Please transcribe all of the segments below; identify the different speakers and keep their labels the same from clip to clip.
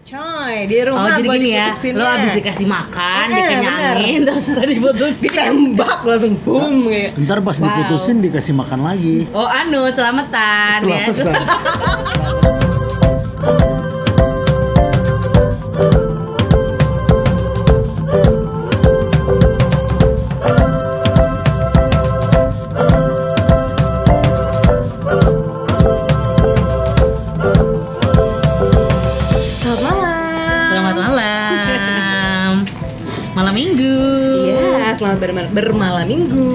Speaker 1: Coy, di rumah
Speaker 2: Oh jadi
Speaker 1: gua
Speaker 2: gini ya,
Speaker 1: diputusin
Speaker 2: lo
Speaker 1: ya.
Speaker 2: abis dikasih makan,
Speaker 1: Eh,
Speaker 2: dikenyangin, terus udah diputusin
Speaker 1: ditembak langsung boom kayak.
Speaker 3: Ntar pas
Speaker 1: Wow.
Speaker 3: diputusin dikasih makan lagi.
Speaker 2: Oh anu, selametan,
Speaker 3: Selamat
Speaker 2: ya
Speaker 3: Tan.
Speaker 1: Selamat malam.
Speaker 2: Selamat malam Malam minggu
Speaker 1: Iya, selamat berma- bermalam minggu.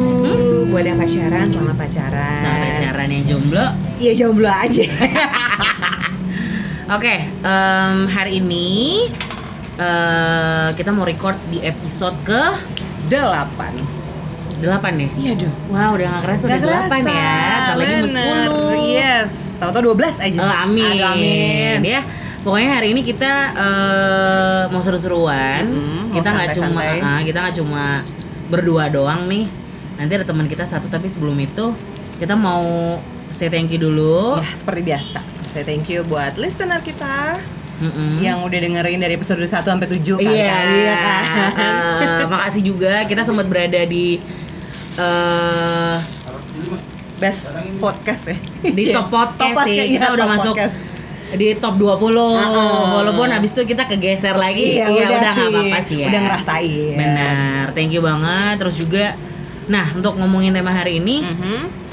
Speaker 1: Buat yang pacaran, selamat pacaran.
Speaker 2: Hmm. Selamat pacaran yang jomblo
Speaker 1: Iya jomblo aja.
Speaker 2: Oke, em, hari ini eh, kita mau record di episode ke
Speaker 1: Delapan.
Speaker 2: 8 ya?
Speaker 1: Iya dong.
Speaker 2: Wow, udah gak kerasa udah 8 ya Ntar lagi mau 10
Speaker 1: Yes. Tahu-tahu 12 aja.
Speaker 2: Eh, amin.
Speaker 1: Oh, Aduh, amin.
Speaker 2: Ya, pokoknya hari ini kita eh, mau seru-seruan.
Speaker 1: Mm, mau
Speaker 2: kita nggak cuma
Speaker 1: santai-santai.
Speaker 2: ah, kita nggak cuma berdua doang nih. Nanti ada teman kita satu tapi sebelum itu kita mau say thank you dulu.
Speaker 1: Ya, seperti biasa. Saya thank you buat listener kita
Speaker 2: Mm-mm.
Speaker 1: yang udah dengerin dari episode 1 sampai 7 kali
Speaker 2: Hmm. Iya,
Speaker 1: Iya kan.
Speaker 2: Eh, makasih juga kita sempat berada di eh,
Speaker 1: Best podcast ya. iya,
Speaker 2: di top podcast sih. Kita udah masuk di top 20.
Speaker 1: Heeh.
Speaker 2: Walaupun habis itu kita kegeser
Speaker 1: Ah, Iya,
Speaker 2: lagi. Ya,
Speaker 1: udah,
Speaker 2: udah nggak
Speaker 1: sih.
Speaker 2: apa-apa sih ya.
Speaker 1: Udah ngerasain.
Speaker 2: Benar, thank you banget. Terus juga, nah untuk ngomongin tema hari ini,
Speaker 1: Mhm.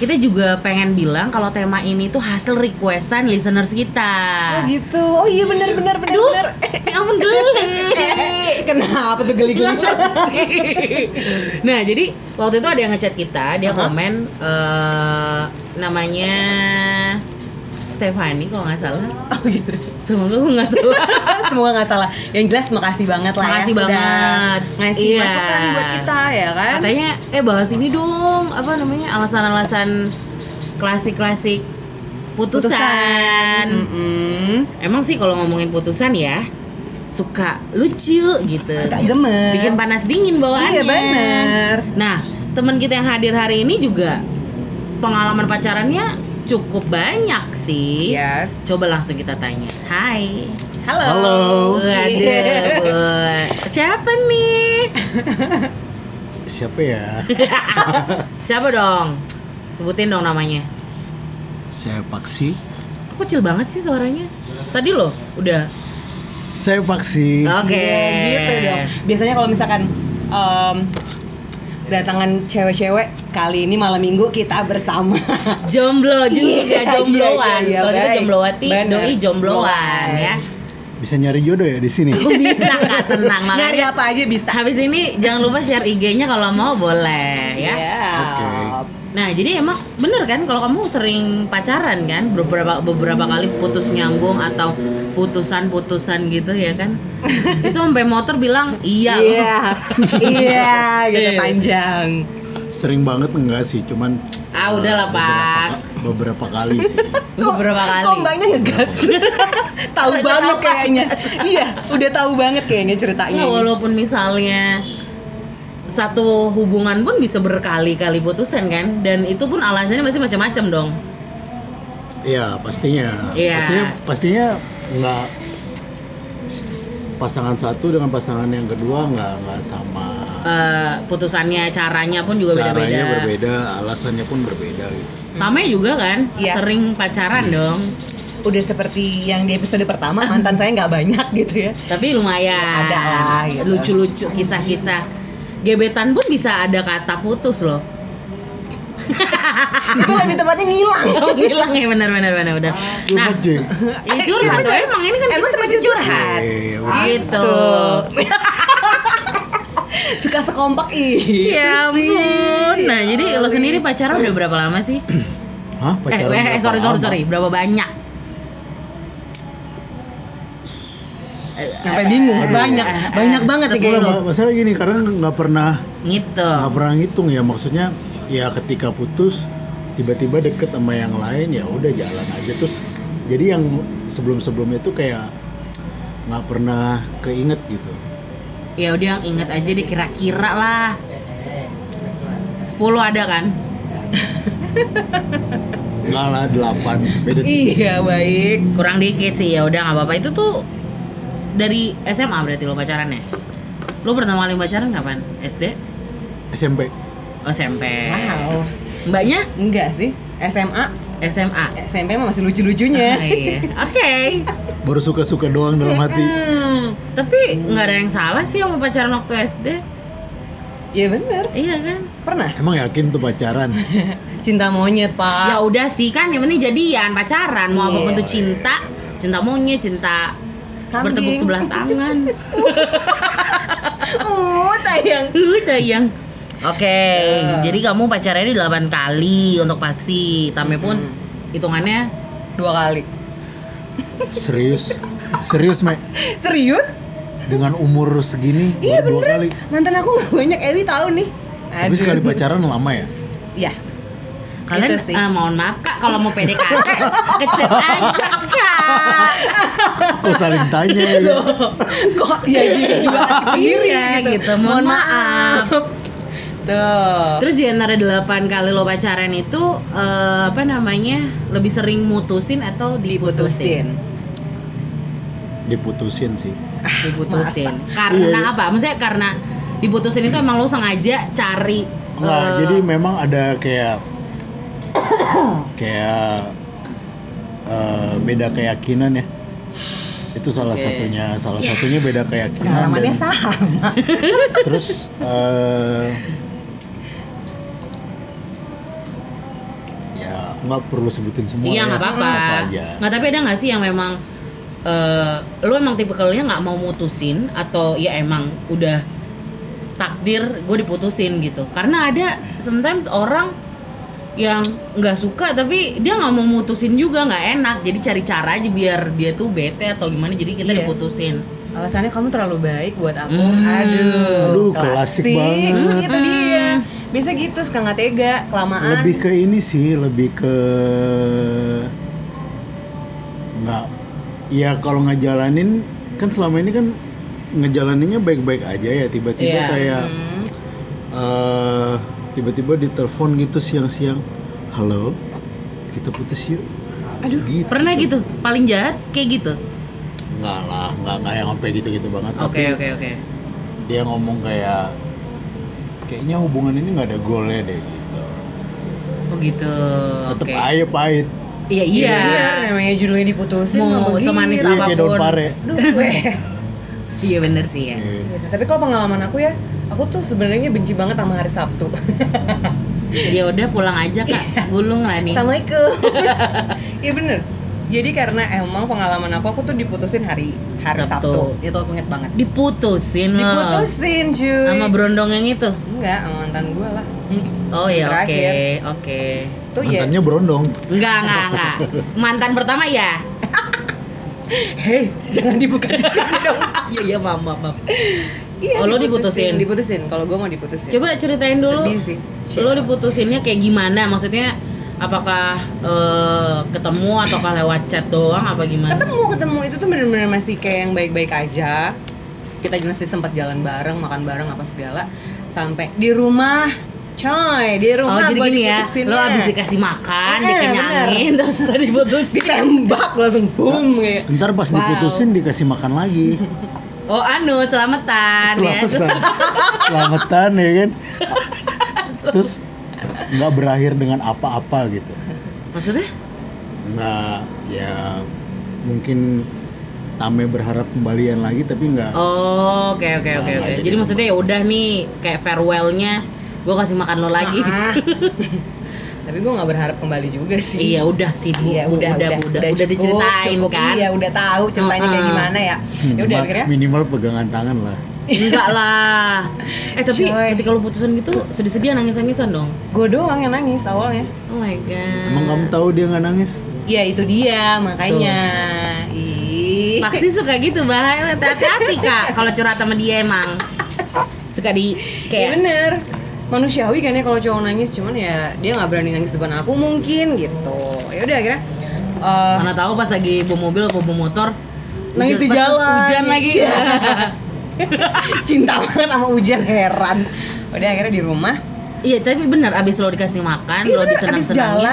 Speaker 2: kita juga pengen bilang kalau tema ini tuh hasil requestan listeners kita.
Speaker 1: Oh gitu. Oh iya benar benar benar
Speaker 2: Ah. Aduh,
Speaker 1: benar.
Speaker 2: ya ampun geli.
Speaker 1: Kenapa tuh geli-geli?
Speaker 2: nah jadi waktu itu ada yang ngechat kita,
Speaker 1: Aha.
Speaker 2: dia komen eh, namanya Stefani kalau nggak salah.
Speaker 1: Oh gitu.
Speaker 2: Semoga gue nggak salah.
Speaker 1: Semoga nggak salah. Yang jelas makasih banget lah. ya,
Speaker 2: Makasih
Speaker 1: sudah
Speaker 2: banget.
Speaker 1: Ngasih
Speaker 2: Iya.
Speaker 1: masukan buat kita ya kan.
Speaker 2: Katanya, eh bahas ini dong, apa namanya alasan-alasan klasik-klasik putusan.
Speaker 1: Mm-mm.
Speaker 2: Emang sih kalau ngomongin putusan ya suka lucu gitu.
Speaker 1: Suka gemes.
Speaker 2: Bikin panas dingin bawaannya.
Speaker 1: Iya, bener.
Speaker 2: Nah, teman kita yang hadir hari ini juga pengalaman pacarannya cukup banyak sih.
Speaker 1: Yes.
Speaker 2: Coba langsung kita tanya. Hai.
Speaker 1: Halo.
Speaker 3: Halo.
Speaker 2: Waduh. Bu. Siapa nih?
Speaker 3: Siapa ya?
Speaker 2: Siapa dong? Sebutin dong namanya.
Speaker 3: Saya Paksi.
Speaker 2: Kok kecil banget sih suaranya? Tadi loh, udah.
Speaker 3: Saya Paksi.
Speaker 2: Oke.
Speaker 1: Iya, gitu dong. Biasanya kalau misalkan em, datangan cewek-cewek kali ini malam minggu kita bersama.
Speaker 2: jomblo juga
Speaker 1: Iya,
Speaker 2: jombloan
Speaker 1: iya, iya,
Speaker 2: kalau kita
Speaker 1: baik.
Speaker 2: jomblowati
Speaker 1: Bener.
Speaker 2: doi jombloan ya
Speaker 3: Bisa nyari jodoh ya di sini.
Speaker 2: Kok bisa nggak tenang
Speaker 1: Nyari
Speaker 2: makanya
Speaker 1: apa aja bisa.
Speaker 2: habis ini jangan lupa share IG-nya kalau mau boleh ya
Speaker 1: Iya.
Speaker 2: nah jadi emang bener kan kalau kamu sering pacaran kan beberapa beberapa kali putus nyambung atau putusan putusan gitu ya kan itu sampai motor bilang iya loh.
Speaker 1: Iya. Iya, gitu
Speaker 2: Iya.
Speaker 1: panjang.
Speaker 3: Sering banget enggak sih, cuman
Speaker 2: ah udah lah pak
Speaker 3: beberapa kali sih.
Speaker 2: beberapa kali
Speaker 1: Kok mbaknya ngegas? tahu
Speaker 2: Ternyata
Speaker 1: banget
Speaker 2: apa? Ya
Speaker 1: kayaknya. iya, udah tahu banget kayaknya ceritanya.
Speaker 2: Nggak, Iya,
Speaker 3: Iya.
Speaker 2: walaupun misalnya satu hubungan pun bisa berkali-kali putusan kan dan itu pun alasannya masih macam-macam dong
Speaker 3: Iya, pastinya.
Speaker 2: Iya.
Speaker 3: Pastinya pastinya enggak pasangan satu dengan pasangan yang kedua nggak nggak sama
Speaker 2: Eh, putusannya caranya pun juga
Speaker 3: caranya
Speaker 2: beda-beda
Speaker 3: berbeda alasannya pun berbeda gitu
Speaker 2: Tamanya juga kan
Speaker 1: Iya.
Speaker 2: sering pacaran dong
Speaker 1: Udah seperti yang di episode pertama mantan saya nggak banyak gitu ya.
Speaker 2: tapi lumayan
Speaker 1: Ada lah, gitu.
Speaker 2: lucu-lucu kisah-kisah gebetan pun bisa ada kata putus loh
Speaker 1: Itu lebih tepatnya ngilang.
Speaker 2: bilang ya benar-benar benar-benar nah
Speaker 1: Ah,
Speaker 3: curhat Jeng.
Speaker 2: ya curhat tuh emang
Speaker 1: eh, iya,
Speaker 2: ini kan
Speaker 1: Emang
Speaker 2: kita
Speaker 1: tempat
Speaker 2: sesi
Speaker 1: curhat.
Speaker 3: Iya,
Speaker 2: curhat. gitu
Speaker 1: Suka sekompak ih.
Speaker 2: Ya ampun. Nah, jadi
Speaker 1: Iya.
Speaker 2: lo sendiri pacaran udah berapa lama sih? eh,
Speaker 3: Hah, pacaran
Speaker 2: eh,
Speaker 3: berapa
Speaker 2: sorry, sorry,
Speaker 3: lama?
Speaker 2: sorry. Berapa banyak?
Speaker 1: Sampai bingung banyak. Banyak banget nih
Speaker 3: Enggak,
Speaker 1: kayaknya.
Speaker 3: ma- masalah gini karena nggak pernah
Speaker 2: Gitu.
Speaker 1: Ah.
Speaker 3: nggak pernah ngitung ya maksudnya ya ketika putus tiba-tiba deket sama yang lain ya udah jalan aja terus jadi yang sebelum-sebelumnya itu kayak nggak pernah keinget gitu
Speaker 2: Ya udah yang inget aja deh kira-kira lah. 10 ada kan?
Speaker 3: nggak lah delapan beda
Speaker 1: Iya, baik.
Speaker 2: Iya.
Speaker 1: Iya,
Speaker 2: Kurang dikit sih. Ya udah nggak apa-apa. Itu tuh dari SMA berarti lo pacarannya lo pertama kali pacaran kapan SD
Speaker 3: SMP
Speaker 2: oh, SMP
Speaker 1: Wow.
Speaker 2: mbaknya
Speaker 1: Enggak sih. SMA,
Speaker 2: SMA
Speaker 1: SMP mah masih
Speaker 2: Ah,
Speaker 1: lucu-lucunya.
Speaker 2: iya. oke
Speaker 3: baru suka-suka doang dalam hati
Speaker 2: Hmm, tapi nggak ada yang salah sih sama pacaran waktu SD
Speaker 1: Iya bener.
Speaker 2: iya kan
Speaker 1: Pernah.
Speaker 3: emang yakin tuh pacaran
Speaker 1: Cinta monyet,
Speaker 2: ya
Speaker 1: Pak.
Speaker 2: udah sih kan yang penting jadian pacaran mau apapun
Speaker 1: Iya.
Speaker 2: tuh cinta cinta monyet cinta
Speaker 1: Kambing.
Speaker 2: bertepuk sebelah tangan
Speaker 1: Oh, tayang.
Speaker 2: Uh, dayang. Oke, jadi kamu pacarnya di 8 kali untuk paksi. Tame pun hitungannya
Speaker 1: Dua kali.
Speaker 3: serius serius me
Speaker 1: Serius?
Speaker 3: dengan umur segini
Speaker 1: Iya
Speaker 3: baru dua
Speaker 1: bener.
Speaker 3: kali
Speaker 1: Mantan aku nggak banyak Ewi tahu nih.
Speaker 3: tapi
Speaker 1: Aduh.
Speaker 3: sekali pacaran lama ya
Speaker 1: Iya.
Speaker 2: kalian
Speaker 1: Gitu sih.
Speaker 2: eh, mohon maaf Kak kalau mau PDKT kecil aja Kak.
Speaker 3: kok saling tanya ya
Speaker 1: Kok ya iya dua kali sendiri
Speaker 2: Iya, gitu. Mohon maaf.
Speaker 1: Tuh.
Speaker 2: Terus di antara 8 kali lo pacaran itu eh, apa namanya? lebih sering mutusin atau diputusin?
Speaker 1: Diputusin.
Speaker 3: diputusin sih
Speaker 2: Diputusin.
Speaker 3: Iya,
Speaker 2: Karena apa? Maksudnya karena diputusin itu emang lo sengaja cari eh,
Speaker 3: Enggak, Nah, jadi memang ada kayak kayak eh, beda keyakinan ya. Itu salah satunya, salah
Speaker 2: Ya.
Speaker 3: satunya beda keyakinan
Speaker 1: Pengalamannya
Speaker 3: dan
Speaker 1: sama.
Speaker 3: terus eh, ya nggak perlu sebutin semua.
Speaker 2: Iya
Speaker 3: ya,
Speaker 2: nggak apa-apa.
Speaker 3: Satu aja.
Speaker 2: Nggak tapi ada nggak sih yang memang eh lu emang tipikalnya nggak mau mutusin atau ya emang udah takdir gue diputusin gitu. Karena ada sometimes orang yang nggak suka tapi dia nggak mau mutusin juga nggak enak. Jadi cari cara aja biar dia tuh bete atau gimana. Jadi kita
Speaker 1: Iya.
Speaker 2: diputusin.
Speaker 1: Alasannya kamu terlalu baik buat aku.
Speaker 2: Hmm.
Speaker 1: Aduh,
Speaker 3: Aduh, klasik banget.
Speaker 1: Hmm, Itu dia. Biasa gitu, suka nggak tega, kelamaan.
Speaker 3: Lebih ke ini sih, lebih ke nggak. Ya kalau ngejalanin kan selama ini kan ngejalaninnya baik-baik aja ya. Tiba-tiba
Speaker 2: Iya.
Speaker 3: kayak eh, tiba-tiba ditelepon gitu siang-siang. Halo, kita putus yuk. Aduh, gitu.
Speaker 2: Pernah gitu? Paling jahat kayak gitu.
Speaker 3: Nggak lah, nggak nggak yang sampai gitu-gitu banget. Tapi
Speaker 2: Oke oke oke.
Speaker 3: dia ngomong kayak kayaknya hubungan ini nggak ada goalnya deh gitu.
Speaker 2: Oh gitu.
Speaker 3: Tetap
Speaker 2: Oke.
Speaker 3: aja pahit.
Speaker 2: Iya iya.
Speaker 1: Bener, namanya judulnya diputusin
Speaker 2: Mau
Speaker 1: mau
Speaker 2: semanis
Speaker 1: gitu.
Speaker 3: Iya kayak daun
Speaker 2: Apapun.
Speaker 3: pare.
Speaker 1: Aduh, gue.
Speaker 2: Iya bener sih ya.
Speaker 3: Iya.
Speaker 1: Gitu. Tapi kalau pengalaman aku ya, aku tuh sebenarnya benci banget sama hari Sabtu.
Speaker 2: Ya udah pulang aja kak, gulung lah nih.
Speaker 1: Assalamualaikum. Iya bener. Jadi karena emang pengalaman aku, aku tuh diputusin hari hari Sabtu.
Speaker 2: Sabtu.
Speaker 1: Itu aku inget banget.
Speaker 2: Diputusin loh.
Speaker 1: Diputusin cuy.
Speaker 2: Sama berondong yang itu.
Speaker 1: Enggak, sama mantan gue lah.
Speaker 2: Oh ya oke,
Speaker 1: Terakhir.
Speaker 2: oke.
Speaker 1: Tuh
Speaker 2: iya.
Speaker 1: ya.
Speaker 3: Mantannya berondong.
Speaker 2: Enggak, enggak, enggak. Mantan pertama ya?
Speaker 1: Hei, jangan dibuka di sini dong.
Speaker 2: Iya, iya, maaf, maaf, maaf.
Speaker 1: Iya.
Speaker 2: Oh, lo diputusin?
Speaker 1: Diputusin. Kalau gue mau diputusin.
Speaker 2: Coba ceritain dulu.
Speaker 1: Sedih sih.
Speaker 2: Lo diputusinnya kayak gimana? Maksudnya apakah eh, ketemu atau lewat chat doang apa gimana?
Speaker 1: Iya. ketemu ketemu itu tuh bener-bener masih kayak yang baik-baik aja. Kita masih sempat jalan bareng, makan bareng apa segala. Sampai di rumah, coy, di
Speaker 2: Oh,
Speaker 1: rumah.
Speaker 2: jadi
Speaker 1: gua
Speaker 2: gini ya.
Speaker 1: diputusinnya.
Speaker 2: Lo abis dikasih makan,
Speaker 1: Eh,
Speaker 2: dikenyangin, terus lo diputusin.
Speaker 1: ditembak langsung
Speaker 2: Nah,
Speaker 1: boom kayak.
Speaker 3: Ntar pas
Speaker 1: Wow.
Speaker 3: diputusin dikasih makan lagi.
Speaker 2: Oh, anu, selamatan, ya.
Speaker 3: Selamatan. Selamatan ya kan. Terus nggak berakhir dengan apa-apa gitu.
Speaker 2: Maksudnya?
Speaker 3: Nggak ya mungkin Tame berharap kembalian lagi tapi nggak.
Speaker 2: Oh, oke oke oke
Speaker 3: Nah,
Speaker 2: oke.
Speaker 3: jadi
Speaker 2: Jadi maksudnya ya udah nih kayak farewellnya gue kasih makan lo lagi.
Speaker 1: Ah. Tapi gue nggak berharap kembali juga sih.
Speaker 2: Iya udah sih bu,
Speaker 1: Iya,
Speaker 2: Bu,
Speaker 1: udah, udah,
Speaker 2: Bu, udah, udah
Speaker 1: cukup,
Speaker 2: diceritain
Speaker 1: cukup.
Speaker 2: kan. Ah,
Speaker 1: Iya, udah tahu ceritanya kayak
Speaker 2: Mm-mm.
Speaker 1: gimana ya. Ya udah
Speaker 3: Minimal,
Speaker 1: akhirnya
Speaker 3: minimal pegangan tangan lah.
Speaker 2: Enggak lah. Eh tapi
Speaker 1: Coy.
Speaker 2: ketika lo putusan gitu sedih-sedih nangis-nangisan dong.
Speaker 1: gue doang yang nangis awalnya.
Speaker 2: Oh my god.
Speaker 3: Emang kamu tahu dia nggak nangis?
Speaker 1: Ya itu dia makanya. Ih.
Speaker 2: Paksi suka gitu bahaya hati-hati kak kalau curhat sama dia emang suka di
Speaker 1: Iya
Speaker 2: kayak
Speaker 1: bener. Manusiawi kan ya kalau cowok nangis, cuman ya dia nggak berani nangis depan aku mungkin gitu. Ya udah akhirnya eh,
Speaker 2: mana tahu pas lagi bawa mobil atau bawa motor
Speaker 1: nangis di
Speaker 2: hujan-
Speaker 1: jalan.
Speaker 2: hujan lagi.
Speaker 1: Iya. Cinta banget sama hujan heran. Udah akhirnya di rumah.
Speaker 2: Iya tapi benar abis lo dikasih makan
Speaker 1: Iya bener,
Speaker 2: Kan lo
Speaker 1: abis jalan,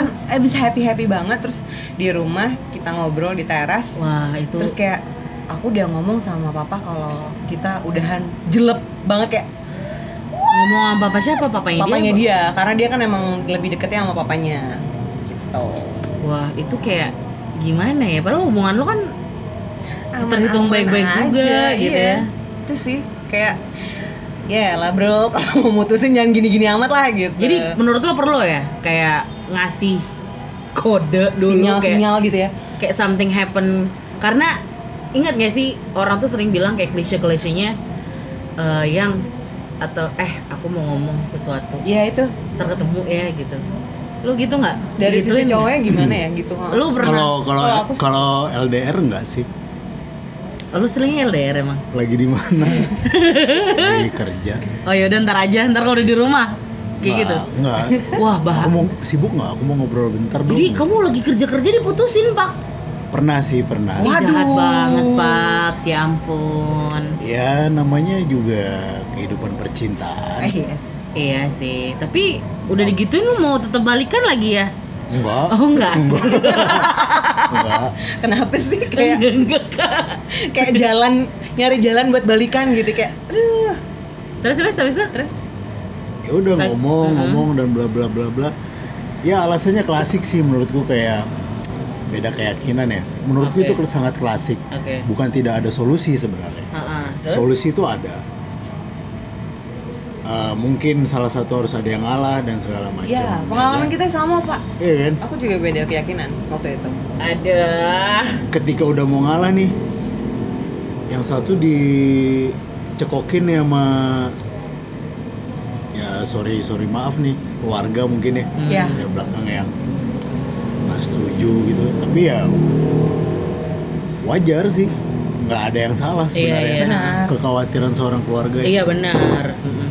Speaker 2: disenang-senangin.
Speaker 1: abis happy happy banget terus di rumah kita ngobrol di teras.
Speaker 2: Wah itu
Speaker 1: Terus kayak aku udah ngomong sama papa kalau kita udahan jelek banget kayak
Speaker 2: ngomong sama papa siapa papanya,
Speaker 1: papanya
Speaker 2: dia,
Speaker 1: dia karena dia kan emang lebih deketnya sama papanya gitu
Speaker 2: wah itu kayak gimana ya padahal hubungan lo kan Terhitung baik-baik juga, gitu
Speaker 1: iya.
Speaker 2: ya.
Speaker 1: itu sih kayak ya lah bro kalau mau mutusin jangan gini-gini amat lah gitu
Speaker 2: jadi menurut lo perlu ya kayak ngasih kode dulu
Speaker 1: sinyal
Speaker 2: kayak
Speaker 1: sinyal gitu ya
Speaker 2: kayak something happen karena ingat gak sih orang tuh sering bilang kayak klise klisenya eh, yang atau eh aku mau ngomong sesuatu
Speaker 1: ya itu
Speaker 2: ntar ketemu ya gitu lu gitu nggak
Speaker 1: dari sisi
Speaker 2: Digituin
Speaker 1: cowoknya gimana ya gitu
Speaker 2: nggak? lu pernah
Speaker 3: Kalau kalau
Speaker 1: Kalau aku-
Speaker 3: kalau LDR enggak sih?
Speaker 2: lu sering LDR emang
Speaker 3: Lagi di mana? Lagi kerja.
Speaker 2: oh yaudah ntar aja ntar kalau udah di rumah kayak gitu
Speaker 3: Enggak.
Speaker 2: wah
Speaker 3: Aku
Speaker 2: bah
Speaker 3: mau sibuk nggak? Aku mau ngobrol bentar dong.
Speaker 2: jadi kamu lagi kerja kerja diputusin pak
Speaker 3: Pernah sih, pernah.
Speaker 2: Ih, jahat
Speaker 1: Waduh.
Speaker 2: banget pak si ampun
Speaker 3: Ya namanya juga kehidupan percintaan.
Speaker 1: Eh, yes.
Speaker 2: iya sih tapi udah digituin lu mau tetap balikan lagi ya
Speaker 3: Enggak.
Speaker 2: oh enggak
Speaker 3: Enggak.
Speaker 1: kenapa sih kayak
Speaker 2: enggak Kan enggak Kak.
Speaker 1: kayak jalan nyari jalan buat balikan gitu kayak aduh
Speaker 2: terus terus habis itu terus
Speaker 3: Ya udah ngomong, ngomong dan bla bla bla bla. Ya alasannya klasik sih menurutku kayak beda keyakinan ya. Menurutku
Speaker 2: Oke.
Speaker 3: itu sangat klasik.
Speaker 2: Oke.
Speaker 3: Bukan tidak ada solusi sebenarnya.
Speaker 2: Heeh.
Speaker 3: Solusi itu ada. Eh, mungkin salah satu harus ada yang ngalah dan segala macam.
Speaker 1: ya
Speaker 2: Iya.
Speaker 1: pengalaman kita sama pak
Speaker 3: Iya kan?
Speaker 1: aku juga beda keyakinan waktu itu
Speaker 2: ada
Speaker 3: ketika udah mau ngalah nih yang satu dicekokin ya sama ya sorry sorry maaf nih keluarga mungkin ya
Speaker 1: Iya.
Speaker 3: ya belakang yang nggak setuju gitu tapi ya wajar sih nggak ada yang salah
Speaker 2: Iya, iya.
Speaker 3: sebenarnya
Speaker 1: Benar.
Speaker 3: kekhawatiran seorang keluarga
Speaker 2: iya
Speaker 3: ya.
Speaker 2: benar Mm-mm.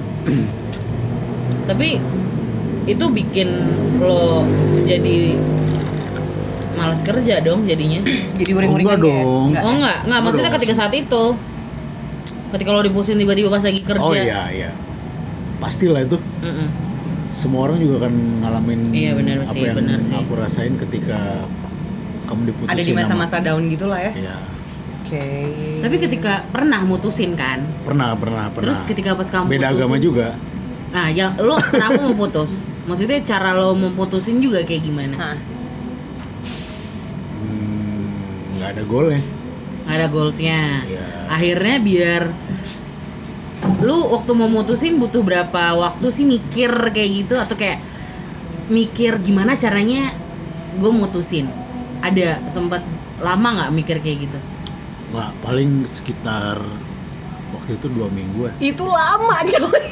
Speaker 2: tapi itu bikin lo jadi malas kerja dong jadinya
Speaker 1: jadi uring-uringan
Speaker 3: Enggak
Speaker 1: kayak,
Speaker 3: dong.
Speaker 1: enggak.
Speaker 2: oh enggak enggak maksudnya
Speaker 3: Aduh.
Speaker 2: ketika saat itu ketika lo dipusin tiba-tiba pas lagi kerja
Speaker 3: oh iya iya pastilah itu
Speaker 2: Mm-mm.
Speaker 3: semua orang juga akan ngalamin
Speaker 2: Iya, benar
Speaker 3: apa
Speaker 2: sih,
Speaker 3: yang
Speaker 2: benar sih.
Speaker 3: aku rasain ketika kamu diputusin
Speaker 1: ada di
Speaker 3: sama-
Speaker 1: masa-masa daun gitulah ya
Speaker 3: Iya.
Speaker 1: oke
Speaker 2: tapi ketika pernah mutusin kan
Speaker 3: pernah pernah pernah
Speaker 2: terus ketika pas kamu
Speaker 3: beda
Speaker 2: putusin-
Speaker 3: agama juga
Speaker 2: nah yang lo kenapa mau putus maksudnya cara lo mau putusin juga kayak gimana
Speaker 1: Hah.
Speaker 3: Hmm, nggak ada golnya
Speaker 2: nggak ada goalsnya
Speaker 3: Iya.
Speaker 2: akhirnya biar lu waktu mau mutusin butuh berapa waktu sih mikir kayak gitu atau kayak mikir gimana caranya gue mutusin ada sempat lama nggak mikir kayak gitu
Speaker 3: nggak paling sekitar waktu itu dua mingguan
Speaker 1: itu lama coy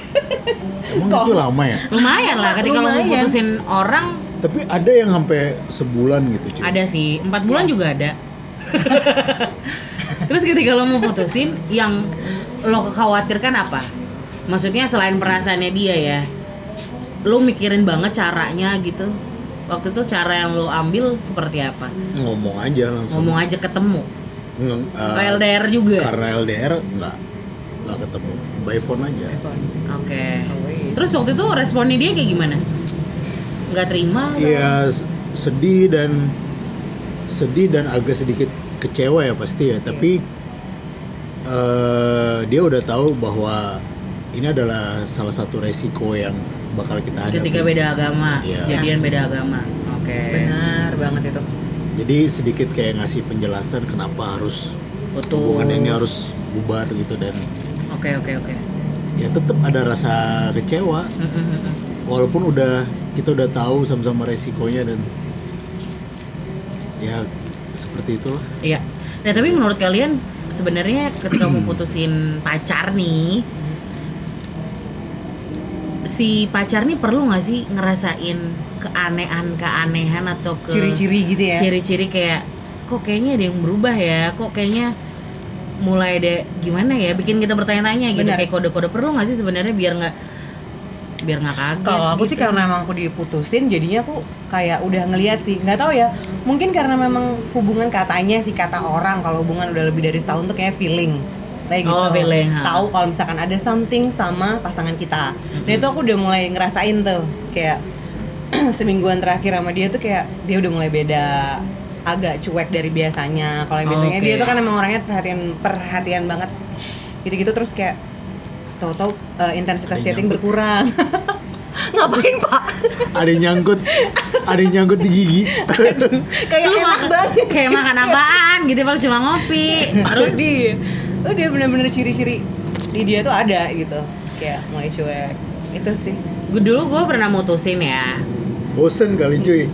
Speaker 3: emang itu lama ya
Speaker 2: lumayan lah ketika lo mau
Speaker 1: Lumayan.
Speaker 2: mutusin orang
Speaker 3: tapi ada yang sampai sebulan gitu cuy
Speaker 2: ada sih empat bulan
Speaker 1: Iya.
Speaker 2: juga ada terus ketika lo mau putusin yang lo khawatirkan apa maksudnya selain perasaannya dia ya lo mikirin banget caranya gitu waktu itu cara yang lo ambil seperti apa
Speaker 3: ngomong aja langsung
Speaker 2: ngomong aja ketemu
Speaker 3: Nge- eh,
Speaker 2: LDR juga
Speaker 3: karena LDR nggak nggak ketemu by phone aja
Speaker 2: oke terus waktu itu responnya dia kayak gimana nggak terima atau-
Speaker 3: Iya s- sedih dan sedih dan agak sedikit kecewa ya pasti ya. Tapi eh, dia udah tahu bahwa ini adalah salah satu resiko yang bakal kita hadapi.
Speaker 2: ketika beda agama
Speaker 3: Iya.
Speaker 2: jadian beda agama oke
Speaker 1: benar banget itu
Speaker 3: Jadi sedikit kayak ngasih penjelasan kenapa harus
Speaker 2: putus oke
Speaker 3: hubungan ini harus bubar gitu dan
Speaker 2: oke oke
Speaker 3: ya tetap ada rasa kecewa
Speaker 2: Mm, mm, mm, mm.
Speaker 3: walaupun udah kita udah tahu sama-sama resikonya dan ya seperti itulah.
Speaker 2: Iya. Nah tapi menurut kalian sebenarnya ketika mau putusin pacar nih, si pacar nih perlu nggak sih ngerasain keanehan-keanehan atau ke
Speaker 1: ciri-ciri gitu ya
Speaker 2: ciri-ciri kayak kok kayaknya ada yang berubah ya, kok kayaknya mulai deh gimana ya bikin kita bertanya-tanya gitu
Speaker 1: Benar.
Speaker 2: kayak kode-kode perlu nggak sih sebenarnya biar nggak biar nggak kaget
Speaker 1: kalau aku sih
Speaker 2: gitu.
Speaker 1: karena emang aku diputusin jadinya aku kayak udah ngeliat sih nggak tahu ya mungkin karena memang hubungan katanya sih kata orang kalau hubungan udah lebih dari setahun tuh kayak feeling kayak gitu
Speaker 2: Oh, feeling, ha.
Speaker 1: tahu kalau misalkan ada something sama pasangan kita nah itu aku udah mulai ngerasain tuh kayak semingguan terakhir sama dia tuh kayak dia udah mulai beda agak cuek dari biasanya. Kalau yang biasanya
Speaker 2: Oke.
Speaker 1: dia tuh kan emang orangnya perhatian perhatian banget. Gitu-gitu terus kayak tahu-tahu eh, intensitas
Speaker 3: Ada
Speaker 1: chatting
Speaker 3: nyambut.
Speaker 1: berkurang. Ngapain, Pak?
Speaker 3: ada yang nyangkut ada yang nyangkut di gigi
Speaker 1: kayak
Speaker 2: Lu
Speaker 1: enak
Speaker 2: makan-
Speaker 1: banget.
Speaker 2: kayak makan apaan gitu padahal cuma ngopi
Speaker 1: Terus dia, oh dia bener-bener ciri-ciri di dia tuh ada gitu. Kayak mulai cuek. Itu sih.
Speaker 2: Gua- dulu gue pernah mutusin ya
Speaker 3: bosen kali cuy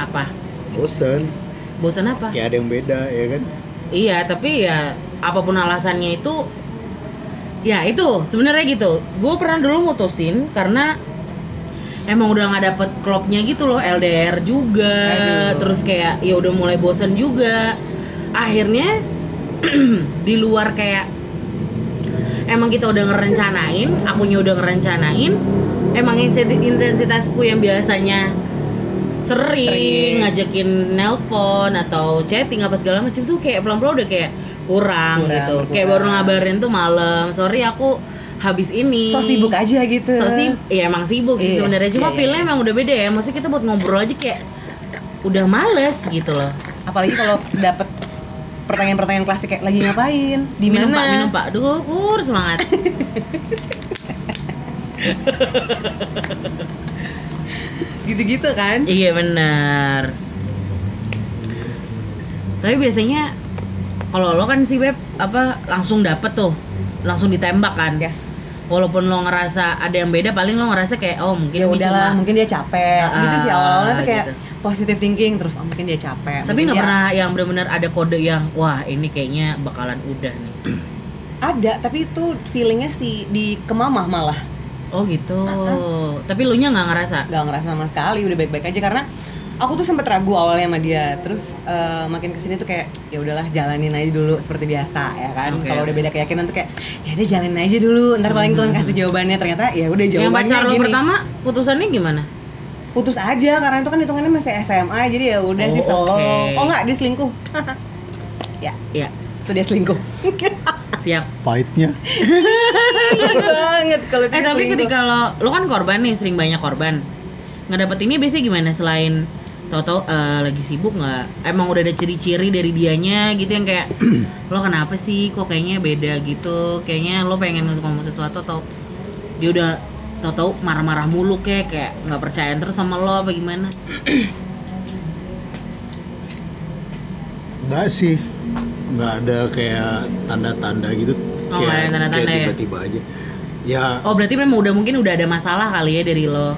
Speaker 2: apa
Speaker 3: bosen
Speaker 2: bosan apa
Speaker 3: kayak ada yang beda ya kan
Speaker 2: iya tapi ya apapun alasannya itu ya itu sebenarnya gitu gue pernah dulu mutusin karena emang udah nggak dapet klopnya gitu loh LDR juga
Speaker 1: Aduh.
Speaker 2: terus kayak ya udah mulai bosen juga akhirnya di luar kayak emang kita udah ngerencanain akunya udah ngerencanain emang insi- intensitasku yang biasanya sering,
Speaker 1: Sering.
Speaker 2: ngajakin nelpon atau chatting apa segala macam tuh kayak pelan-pelan udah kayak kurang,
Speaker 1: Kurang,
Speaker 2: gitu
Speaker 1: kurang.
Speaker 2: kayak baru ngabarin tuh malam sorry aku habis ini
Speaker 1: So sibuk aja gitu.
Speaker 2: so sibuk ya emang sibuk sih
Speaker 1: Iya,
Speaker 2: sebenarnya cuma
Speaker 1: iya, iya.
Speaker 2: feelnya emang udah beda ya maksudnya kita buat ngobrol aja kayak udah males gitu loh
Speaker 1: apalagi kalau dapet pertanyaan-pertanyaan klasik kayak lagi ngapain di mana
Speaker 2: minum pak minum pak duh kur semangat
Speaker 1: gitu-gitu kan
Speaker 2: Iya benar. Tapi biasanya kalau lo kan sih web apa langsung dapet tuh, langsung ditembak kan.
Speaker 1: yes
Speaker 2: Walaupun lo ngerasa ada yang beda, paling lo ngerasa kayak oh mungkin
Speaker 1: ya
Speaker 2: ini
Speaker 1: udahlah
Speaker 2: cuma-
Speaker 1: mungkin dia capek
Speaker 2: Ah,
Speaker 1: gitu sih awalnya tuh kayak
Speaker 2: gitu.
Speaker 1: positive thinking terus oh, mungkin dia capek
Speaker 2: Tapi
Speaker 1: mungkin
Speaker 2: nggak
Speaker 1: dia-
Speaker 2: pernah yang benar-benar ada kode yang wah ini kayaknya bakalan udah nih.
Speaker 1: ada tapi itu feelingnya sih di kemamah malah
Speaker 2: Oh gitu. Tapi lo nya nggak ngerasa.
Speaker 1: nggak ngerasa sama sekali udah baik-baik aja karena aku tuh sempet ragu awalnya sama dia terus eh, makin kesini tuh kayak ya udahlah jalanin aja dulu seperti biasa ya kan
Speaker 2: Oke. Hmm.
Speaker 1: kalau udah beda keyakinan tuh kayak ya udah jalanin aja dulu ntar paling Tuhan kasih jawabannya ternyata ya udah
Speaker 2: Yang
Speaker 1: jawabannya
Speaker 2: pacar lo
Speaker 1: gini.
Speaker 2: pertama putusannya gimana?
Speaker 1: putus aja karena itu kan hitungannya masih SMA jadi ya udah
Speaker 2: Oh,
Speaker 1: sih solo
Speaker 2: oke.
Speaker 1: oh enggak dia selingkuh ya
Speaker 2: Ya
Speaker 1: itu dia selingkuh
Speaker 2: siap.
Speaker 3: pahitnya
Speaker 1: banget kalau itu
Speaker 2: Eh
Speaker 1: dia
Speaker 2: tapi
Speaker 1: selingkuh.
Speaker 3: Gitu,
Speaker 2: ketika lo lo kan korban nih sering banyak korban. Ngedapetinnya biasanya gimana selain Toto lagi sibuk nggak? Emang udah ada ciri-ciri dari dianya gitu yang kayak lo kenapa sih kok kayaknya beda gitu? Kayaknya lo pengen ngomong sesuatu atau dia udah Toto marah-marah mulu kayak kayak nggak percayaan terus sama lo apa gimana?
Speaker 3: nggak sih nggak ada kayak tanda-tanda gitu
Speaker 2: Oh, nggak ada tanda-tanda
Speaker 3: kayak
Speaker 2: ya?
Speaker 3: tiba-tiba aja ya
Speaker 2: Oh berarti memang udah mungkin udah ada masalah kali ya dari lo.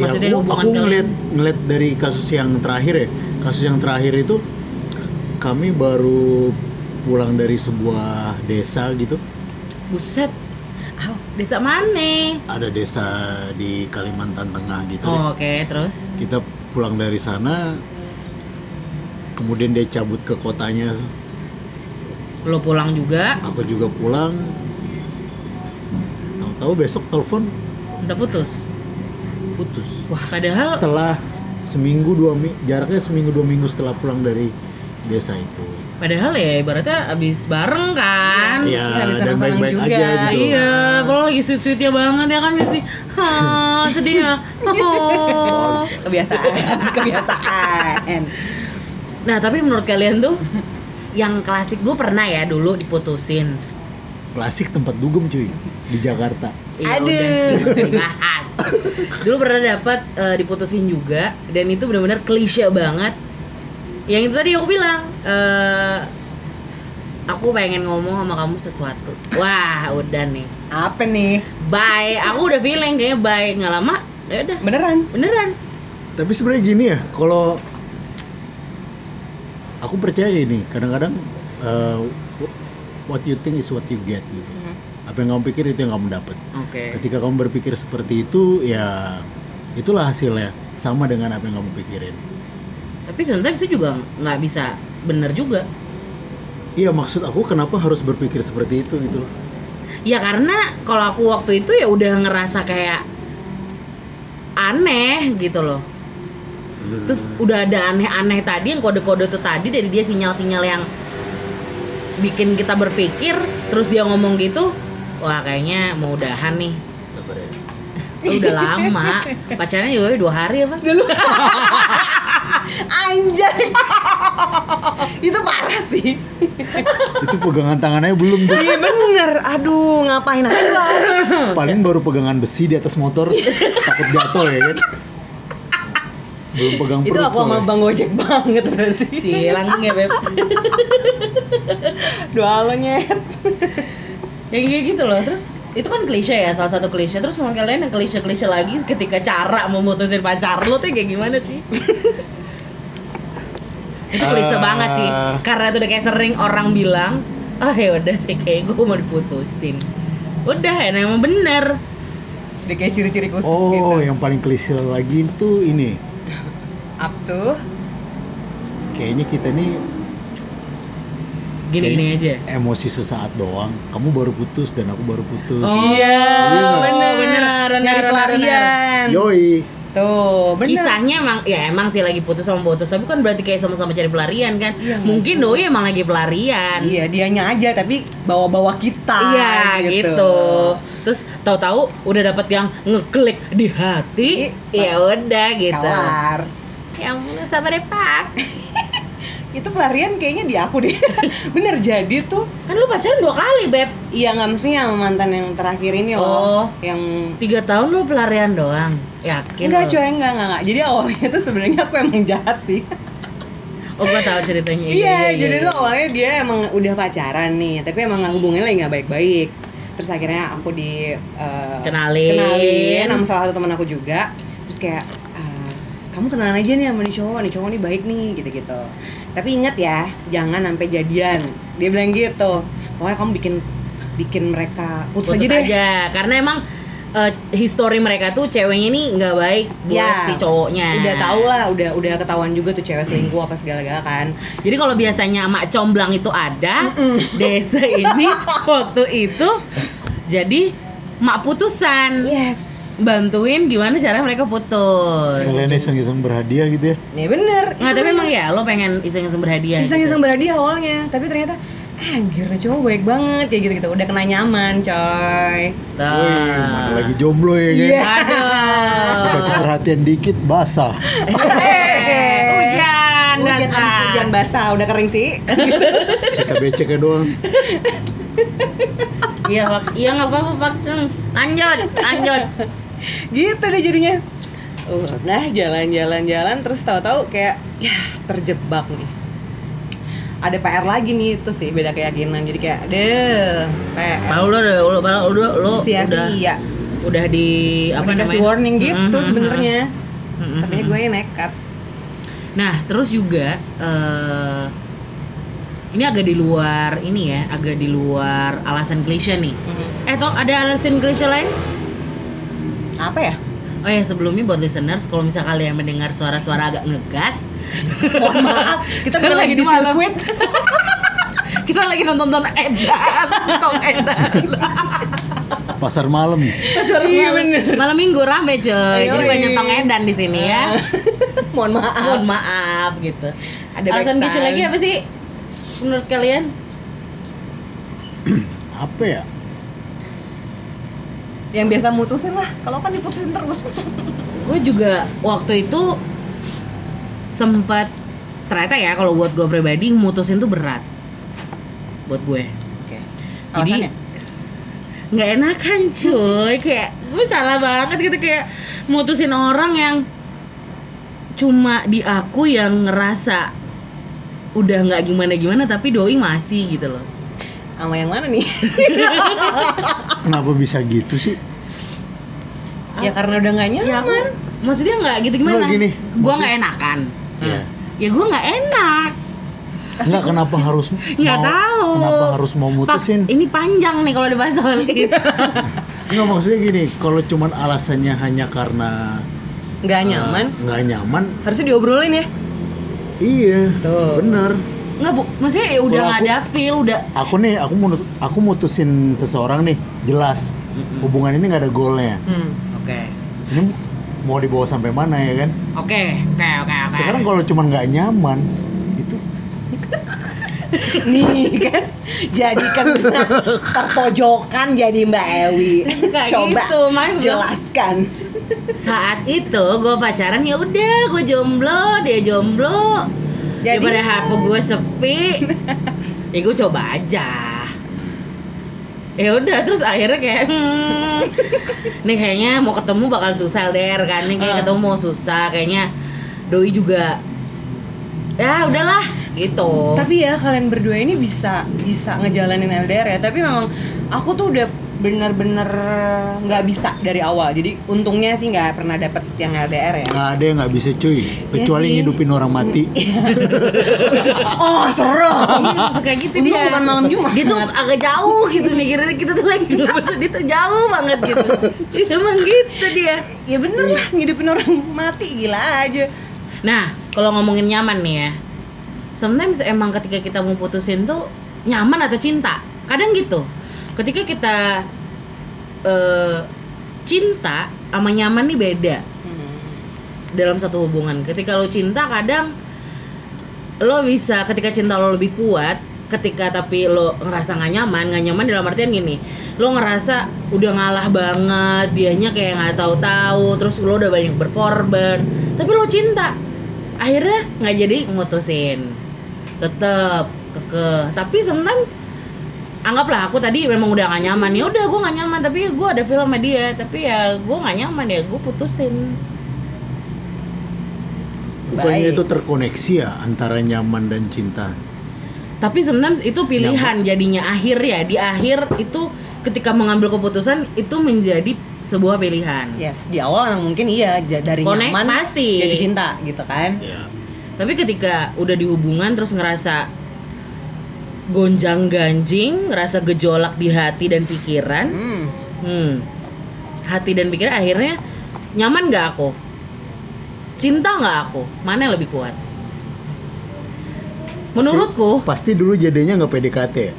Speaker 3: ya
Speaker 2: Maksudnya
Speaker 3: aku,
Speaker 2: hubungan
Speaker 3: aku
Speaker 2: kalian-
Speaker 3: ngeliat ngeliat dari kasus yang terakhir ya kasus yang terakhir itu kami baru pulang dari sebuah desa gitu
Speaker 2: Buset. Ah, desa mana?
Speaker 3: ada desa di Kalimantan Tengah gitu deh.
Speaker 2: Oh, Oke, terus
Speaker 3: kita pulang dari sana kemudian dia cabut ke kotanya
Speaker 2: lo pulang juga
Speaker 3: aku juga pulang tahu-tahu besok telepon
Speaker 2: udah putus.
Speaker 3: putus
Speaker 2: Wah, padahal-
Speaker 3: setelah seminggu dua mi- jaraknya seminggu dua minggu setelah pulang dari desa itu
Speaker 2: Padahal ya ibaratnya abis bareng kan
Speaker 1: Iya,
Speaker 3: ya
Speaker 1: bisa
Speaker 3: dan
Speaker 1: senang-senang
Speaker 3: baik-baik
Speaker 1: juga.
Speaker 3: aja gitu
Speaker 2: Iya, kalau lagi sweet-sweetnya banget ya kan sih Hah, sedih ya Oh.
Speaker 1: kebiasaan kebiasaan
Speaker 2: Nah tapi menurut kalian tuh Yang klasik gue pernah ya dulu diputusin
Speaker 3: klasik tempat dugem cuy di Jakarta
Speaker 2: Ya udah
Speaker 1: Aduh.
Speaker 2: sih, nggak usah dibahas Dulu pernah dapet eh, diputusin juga Dan itu benar-benar klise banget Yang itu tadi aku bilang eh, Aku pengen ngomong sama kamu sesuatu Wah udah nih
Speaker 1: apa nih
Speaker 2: bye aku udah feeling kayaknya bye nggak lama ya udah
Speaker 1: beneran
Speaker 2: beneran
Speaker 3: tapi sebenarnya gini ya kalau aku percaya ini kadang-kadang eh, what you think is what you get gitu
Speaker 1: Hmm.
Speaker 3: apa yang kamu pikir itu yang kamu dapat
Speaker 2: oke
Speaker 3: ketika kamu berpikir seperti itu ya itulah hasilnya sama dengan apa yang kamu pikirin
Speaker 2: tapi sometimes itu juga nggak bisa bener juga
Speaker 3: iya maksud aku kenapa harus berpikir seperti itu gitu loh
Speaker 2: ya karena kalau aku waktu itu ya udah ngerasa kayak aneh gitu loh terus udah ada aneh-aneh tadi yang kode-kode tuh tadi dari dia sinyal-sinyal yang bikin kita berpikir terus dia ngomong gitu wah kayaknya mau udahan nih
Speaker 3: sabar ya
Speaker 2: udah lama pacarnya juga dua hari apa
Speaker 1: dulu Anjay. itu parah sih.
Speaker 3: itu pegangan tangannya belum tuh
Speaker 1: Iya bener. Aduh, ngapain aja.
Speaker 3: paling baru pegangan besi di atas motor takut jatuh ya kan belum pegang
Speaker 1: itu
Speaker 3: perut
Speaker 1: aku sama
Speaker 3: soalnya.
Speaker 1: Bang Gojek banget berarti.
Speaker 2: Cilang ya beb.
Speaker 1: Dua lo nyet.
Speaker 2: Ya kayak gitu loh. Terus itu kan klise ya salah satu klise. Terus mau kalian yang klise klise lagi ketika cara memutusin pacar lo tuh kayak gimana sih? itu klise
Speaker 3: Ah.
Speaker 2: banget sih. Karena tuh udah kayak sering orang bilang, ah ya udah sih kayak gue mau diputusin. Udah ya emang bener.
Speaker 1: Dia kayak ciri-ciri khusus gitu.
Speaker 3: oh yang paling klise lagi itu ini
Speaker 1: Up tuh.
Speaker 3: kayaknya kita nih
Speaker 2: Gini gini aja.
Speaker 3: emosi sesaat doang kamu baru putus dan aku baru putus
Speaker 2: Iya,
Speaker 1: Oh, bener.
Speaker 2: bener,
Speaker 1: Nyari
Speaker 2: bener,
Speaker 1: pelarian.
Speaker 3: yoi
Speaker 1: Tuh, bener.
Speaker 2: Kisahnya emang ya emang sih lagi putus sama putus tapi kan berarti kayak sama-sama cari pelarian kan. Mungkin doi emang lagi pelarian.
Speaker 1: Iya, dianya aja tapi bawa-bawa kita.
Speaker 2: Iya gitu. Terus tahu-tahu udah dapat yang ngeklik di hati,
Speaker 1: Ih,
Speaker 2: ya udah gitu.
Speaker 1: Kelar.
Speaker 2: Yang sabar deh pak.
Speaker 1: Itu pelarian kayaknya di aku deh. bener jadi tuh
Speaker 2: Kan lu pacaran dua kali beb.
Speaker 1: Iya nggak maksudnya sama mantan yang terakhir ini loh,
Speaker 2: Oh.
Speaker 1: yang
Speaker 2: Tiga tahun lu pelarian doang. Yakin?
Speaker 1: enggak
Speaker 2: lu?
Speaker 1: coy enggak enggak enggak. Jadi awalnya tuh sebenarnya aku emang jahat sih.
Speaker 2: Oh gua tahu ceritanya.
Speaker 1: Iya, jadi tuh awalnya dia emang udah pacaran nih, tapi emang hubungannya lagi nggak baik-baik. Terus akhirnya aku di eh,
Speaker 2: Kenalin.
Speaker 1: kenalin sama salah satu teman aku juga. Terus kayak eh, kamu kenalan aja nih sama nih cowok, nih cowok nih baik nih gitu-gitu. Tapi ingat ya, jangan sampai jadian. Dia bilang gitu. Pokoknya kamu bikin bikin mereka putus,
Speaker 2: putus
Speaker 1: aja deh.
Speaker 2: aja karena emang eh, history mereka tuh ceweknya ini nggak baik buat
Speaker 1: Ya,
Speaker 2: si cowoknya
Speaker 1: udah tau lah udah udah ketahuan juga tuh cewek selingkuh apa segala-gala kan
Speaker 2: jadi kalau biasanya mak comblang itu ada desa ini waktu itu jadi
Speaker 1: Iya.
Speaker 2: mak putusan
Speaker 1: yes
Speaker 2: bantuin gimana cara mereka putus
Speaker 3: sekalian iseng-iseng berhadiah gitu ya
Speaker 1: ya bener
Speaker 2: nggak tapi emang ya lo pengen iseng-iseng berhadiah gitu.
Speaker 1: iseng-iseng berhadiah awalnya tapi ternyata "Ah, anjir nih cowok baik banget kayak gitu-gitu udah kena nyaman coy
Speaker 2: gitu.
Speaker 3: mana
Speaker 2: Tuh.
Speaker 3: lagi jomblo ya kan
Speaker 1: Iya.
Speaker 2: aduh
Speaker 3: kasih perhatian dikit basah
Speaker 2: Eh, hujan
Speaker 1: Hujan
Speaker 2: Nathan.
Speaker 1: abis hujan basah udah kering sih
Speaker 3: sisa beceknya doang
Speaker 2: iya Faks. iya nggak apa-apa Faksung lanjut lanjut
Speaker 1: gitu deh jadinya Uh, nah jalan-jalan-jalan terus tahu-tahu kayak ya terjebak nih ada PR lagi nih itu sih beda keyakinan jadi kayak deh PR
Speaker 2: Kalau lo udah lo kalau udah lo udah
Speaker 1: sia-sia
Speaker 2: udah di
Speaker 1: Udah dikasih
Speaker 2: apa namanya? Mm-hmm.
Speaker 1: warning gitu
Speaker 2: Mm-mm, mm-mm.
Speaker 1: sebenarnya
Speaker 2: Mm-mm.
Speaker 1: tapi gue nekat
Speaker 2: Nah, terus juga eh ini agak di luar ini ya, agak di luar alasan klise nih. Eh, toh ada alasan klise lain?
Speaker 1: apa ya
Speaker 2: Oh ya, sebelumnya buat listeners kalau misal kalian mendengar suara-suara agak ngegas,
Speaker 1: Mohon maaf kita bukan lagi di
Speaker 2: malam.
Speaker 1: sirkuit
Speaker 2: kita lagi nonton-nonton edan, tong edan.
Speaker 3: pasar malam
Speaker 1: iya bener Iya,
Speaker 2: Malam Minggu rame coy. Jadi
Speaker 1: Yoi.
Speaker 2: banyak tong edan di sini ya.
Speaker 1: mohon maaf
Speaker 2: Mohon maaf gitu.
Speaker 1: Ada backsound.
Speaker 2: alasan klise lagi apa sih? Menurut kalian?
Speaker 3: apa ya
Speaker 1: yang biasa mutusin lah kalau kan diputusin terus
Speaker 2: gue juga waktu itu sempat ternyata ya kalau buat gue pribadi mutusin tuh berat buat gue
Speaker 1: oke
Speaker 2: jadi
Speaker 1: alasannya
Speaker 2: nggak enakan cuy kayak gue salah banget gitu kayak mutusin orang yang cuma di aku yang ngerasa udah nggak gimana gimana tapi doi masih gitu loh
Speaker 1: sama yang mana nih
Speaker 3: kenapa bisa gitu sih
Speaker 1: ya karena udah gak
Speaker 2: ya aku
Speaker 1: nyaman
Speaker 2: maksudnya nggak gitu gimana
Speaker 3: Nggak gini,
Speaker 2: gue
Speaker 3: maksud-
Speaker 2: nggak enakan
Speaker 3: Iya.
Speaker 2: ya gue nggak enak
Speaker 3: Enggak kenapa harus
Speaker 2: nggak
Speaker 3: mau-
Speaker 2: tahu
Speaker 3: Kenapa harus mau mutusin?
Speaker 2: Paks- ini panjang nih kalau dibahas soal itu
Speaker 3: Enggak maksudnya gini, kalau cuman alasannya hanya karena
Speaker 2: Iya.
Speaker 1: nggak
Speaker 2: Ah.
Speaker 1: nyaman
Speaker 3: eh, nggak nyaman,
Speaker 1: harusnya diobrolin ya
Speaker 3: iya,
Speaker 1: Tuh.
Speaker 3: bener.
Speaker 2: nggak bu maksudnya ya udah
Speaker 3: Kalau
Speaker 2: nggak
Speaker 3: aku-
Speaker 2: ada feel udah
Speaker 3: Aku nih, aku munu- aku mutusin seseorang nih, jelas hubungan ini nggak ada goalnya.
Speaker 2: oke
Speaker 3: Ini mau dibawa sampai mana ya kan?
Speaker 2: oke oke oke oke
Speaker 3: Sekarang kalau cuman nggak nyaman, itu
Speaker 1: nih kan jadi kena terpojokan jadi Mbak Ewi
Speaker 2: Suka
Speaker 1: coba
Speaker 2: gitu, makanya gua-
Speaker 1: jelaskan
Speaker 2: saat itu gue pacaran ya udah gue jomblo dia jomblo
Speaker 1: Jadi-
Speaker 2: daripada HP gue sepi ya gue coba aja ya udah terus akhirnya kayak hmm, nih kayaknya mau ketemu bakal susah LDR kan nih kayak ketemu mau susah kayaknya doi juga ya udahlah gitu
Speaker 1: Tapi ya kalian berdua ini bisa bisa ngejalanin LDR ya. Tapi memang aku tuh udah bener-bener nggak bisa dari awal. Jadi untungnya sih nggak pernah dapet yang LDR ya.
Speaker 3: nggak ada yang nggak bisa cuy kecuali
Speaker 1: Iya sih.
Speaker 3: ngidupin orang mati
Speaker 1: Oh serem.
Speaker 2: suka gitu
Speaker 1: Untung
Speaker 2: dia
Speaker 1: bukan malam Jumat.
Speaker 2: dia tuh agak jauh gitu mikirnya kita tuh lagi ngebahas dia tuh jauh banget gitu emang gitu dia
Speaker 1: ya bener lah ngidupin orang mati gila aja.
Speaker 2: nah kalau ngomongin nyaman nih ya sometimes emang ketika kita mau putusin tuh nyaman atau cinta kadang gitu ketika kita eh, cinta sama nyaman nih beda dalam satu hubungan. Ketika lo cinta kadang lo bisa ketika cinta lo lebih kuat, ketika tapi lo ngerasa nggak nyaman, nggak nyaman dalam artian gini, lo ngerasa udah ngalah banget, dianya kayak nggak tahu-tahu, terus lo udah banyak berkorban, tapi lo cinta, akhirnya nggak jadi mutusin, tetep kekeh. Tapi sometimes anggaplah aku tadi memang udah gak nyaman ya udah gue gak nyaman tapi gue ada film sama dia tapi ya gue gak nyaman ya gue putusin
Speaker 3: bukannya
Speaker 1: Baik.
Speaker 3: itu terkoneksi ya antara nyaman dan cinta
Speaker 2: Tapi sometimes itu pilihan jadinya akhir ya di akhir itu ketika mengambil keputusan itu menjadi sebuah pilihan.
Speaker 1: Yes, di awal emang mungkin iya j- dari
Speaker 2: Connect
Speaker 1: nyaman
Speaker 2: pasti.
Speaker 1: jadi cinta gitu kan.
Speaker 2: Iya.
Speaker 3: ya
Speaker 2: Tapi ketika udah di hubungan terus ngerasa gonjang ganjing, ngerasa gejolak di hati dan pikiran,
Speaker 1: Hmm.
Speaker 2: hmm, hati dan pikiran akhirnya nyaman nggak aku, cinta nggak aku, mana yang lebih kuat?
Speaker 1: Oh.
Speaker 2: Menurutku
Speaker 3: pasti dulu jadinya nggak PDKT ya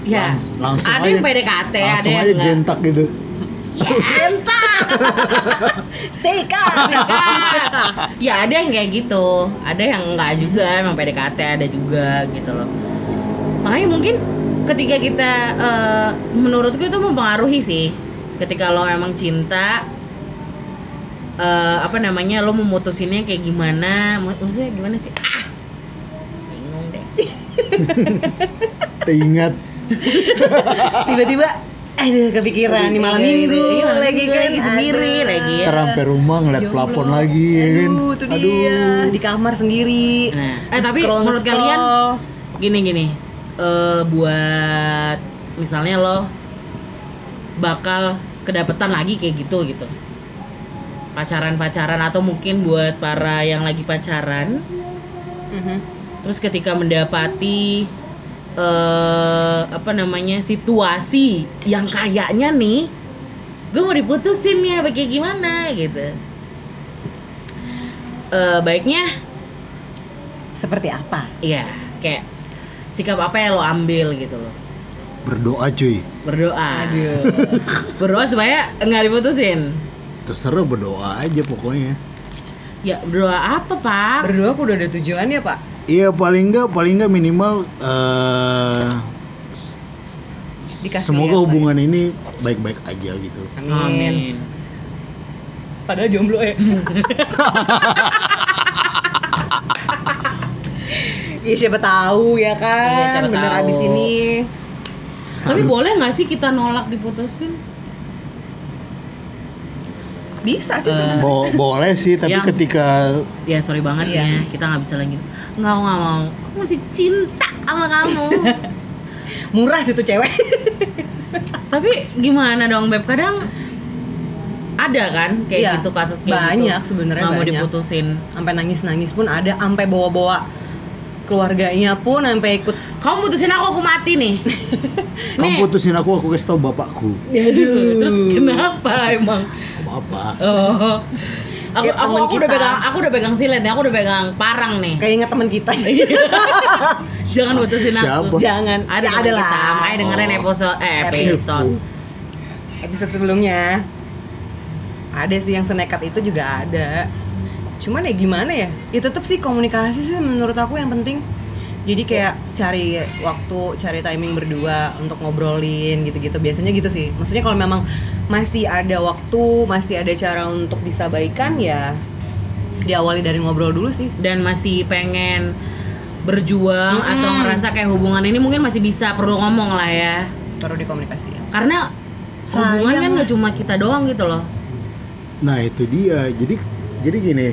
Speaker 2: ya
Speaker 3: Langs- langsung
Speaker 2: ada yang
Speaker 3: aja-
Speaker 2: PDKT,
Speaker 1: ya,
Speaker 2: ada
Speaker 3: langsung
Speaker 2: yang
Speaker 3: aja
Speaker 2: nggak. Ya,
Speaker 3: jentak gitu
Speaker 1: Seka.
Speaker 2: ya ada yang kayak gitu ada yang enggak juga emang PDKT ada juga gitu loh makanya mungkin ketika kita eh, menurutku itu mempengaruhi sih ketika lo emang cinta eh, apa namanya lo memutusinnya kayak gimana Mak- maksudnya gimana sih ah bingung deh
Speaker 3: ingat
Speaker 1: Tiba-tiba aduh kepikiran di Nah, malam
Speaker 2: Iya,
Speaker 1: minggu
Speaker 2: iya, malam
Speaker 1: lagi
Speaker 2: minggu,
Speaker 1: kan
Speaker 2: lagi sendiri
Speaker 1: aduh.
Speaker 2: lagi ya
Speaker 3: terang ke rumah ngeliat
Speaker 1: Iya. Jomblo.
Speaker 3: plafon lagi ya kan
Speaker 1: Aduh, itu dia. Di kamar sendiri.
Speaker 2: Nah, eh, tapi
Speaker 1: Scroll-scroll.
Speaker 2: menurut kalian gini gini eh buat misalnya lo bakal kedapetan lagi kayak gitu gitu pacaran pacaran atau mungkin buat para yang lagi pacaran
Speaker 1: Mhm.
Speaker 2: terus ketika mendapati eh apa namanya situasi yang kayaknya nih gue mau diputusin ya kayak gimana gitu Eh baiknya
Speaker 1: seperti apa?
Speaker 2: ya kayak sikap apa yang lo ambil gitu loh
Speaker 3: berdoa cuy
Speaker 2: berdoa
Speaker 1: Aduh.
Speaker 2: berdoa supaya nggak diputusin
Speaker 3: terserah berdoa aja pokoknya
Speaker 2: ya berdoa apa pak
Speaker 1: Berdua aku udah ada tujuannya, Pak.
Speaker 3: iya paling nggak paling nggak minimal eh,
Speaker 1: Dikasih
Speaker 2: ya.
Speaker 3: semoga
Speaker 1: lihat, Pak.
Speaker 3: hubungan ini baik-baik aja gitu
Speaker 1: Amin.
Speaker 2: amin
Speaker 1: Padahal jomblo ya. Iya siapa tahu ya kan.
Speaker 2: Iya, siapa
Speaker 1: Bener
Speaker 2: tahu.
Speaker 1: abis ini.
Speaker 2: tapi boleh nggak sih kita nolak diputusin
Speaker 1: Bisa sih sebenarnya.
Speaker 3: Bo- boleh sih tapi
Speaker 2: Yang-
Speaker 3: ketika
Speaker 2: ya sorry banget
Speaker 1: Iya.
Speaker 2: ya kita nggak bisa lagi nggak mau nggak mau aku masih cinta sama kamu
Speaker 1: Murah sih tuh cewek.
Speaker 2: tapi gimana dong beb kadang ada kan kayak
Speaker 1: Iya,
Speaker 2: gitu kasus kayak gitu
Speaker 1: banyak sebenarnya,
Speaker 2: nggak mau
Speaker 1: banyak.
Speaker 2: diputusin
Speaker 1: Sampai nangis-nangis pun ada, sampai bawa-bawa keluarganya pun sampai ikut
Speaker 2: kamu putusin aku aku mati nih
Speaker 3: kamu putusin aku aku kasih tau bapakku
Speaker 2: Aduh, terus kenapa emang
Speaker 3: apa
Speaker 2: Oh. Aku,
Speaker 1: Kayak temen
Speaker 2: aku, aku udah
Speaker 1: kita.
Speaker 2: pegang aku udah pegang silet nih, aku udah pegang parang nih.
Speaker 1: kayak inget teman kita.
Speaker 2: Jangan putusin
Speaker 3: Siapa?
Speaker 2: aku.
Speaker 1: Jangan.
Speaker 2: Ada
Speaker 1: Ya, ada
Speaker 2: adalah.
Speaker 1: lah.
Speaker 2: Makanya dengerin episode eh, episode.
Speaker 1: episode sebelumnya ada sih yang senekat itu juga ada cuman ya gimana ya ya tetap sih komunikasi sih menurut aku yang penting Jadi kayak cari waktu, cari timing berdua untuk ngobrolin gitu-gitu. Biasanya gitu sih. Maksudnya kalau memang masih ada waktu, masih ada cara untuk bisa baikan ya diawali dari ngobrol dulu sih.
Speaker 2: dan masih pengen berjuang atau ngerasa kayak hubungan ini mungkin masih bisa perlu ngomong lah ya
Speaker 1: Baru dikomunikasiin.
Speaker 2: karena hubungan kan gak cuma kita doang gitu loh
Speaker 3: Nah itu dia. Jadi jadi gini,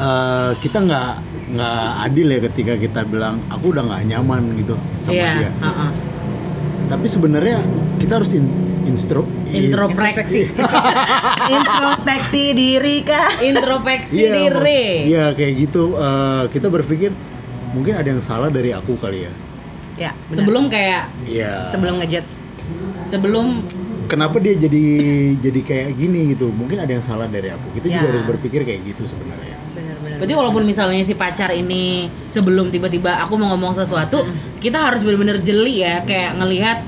Speaker 3: eh, kita nggak nggak adil ya ketika kita bilang aku udah nggak nyaman gitu sama
Speaker 2: Iya,
Speaker 3: dia.
Speaker 2: heeh.
Speaker 3: Tapi sebenarnya kita harus in, instro,
Speaker 2: Introspeksi.
Speaker 1: Introspeksi diri kah?
Speaker 2: introspeksi
Speaker 3: Iya,
Speaker 2: diri
Speaker 3: maksud- Iya kayak gitu. Eh, kita berpikir mungkin ada yang salah dari aku kali ya.
Speaker 1: Ya, benar.
Speaker 2: sebelum kayak
Speaker 3: Iya.
Speaker 1: sebelum ngejudge
Speaker 2: sebelum
Speaker 3: Kenapa dia jadi jadi kayak gini gitu? Mungkin ada yang salah dari aku. Kita juga
Speaker 1: Ya.
Speaker 3: harus berpikir kayak gitu sebenarnya.
Speaker 1: benar-benar.
Speaker 2: berarti walaupun misalnya si pacar ini sebelum tiba-tiba aku mau ngomong sesuatu kita harus bener-bener jeli ya kayak ngelihat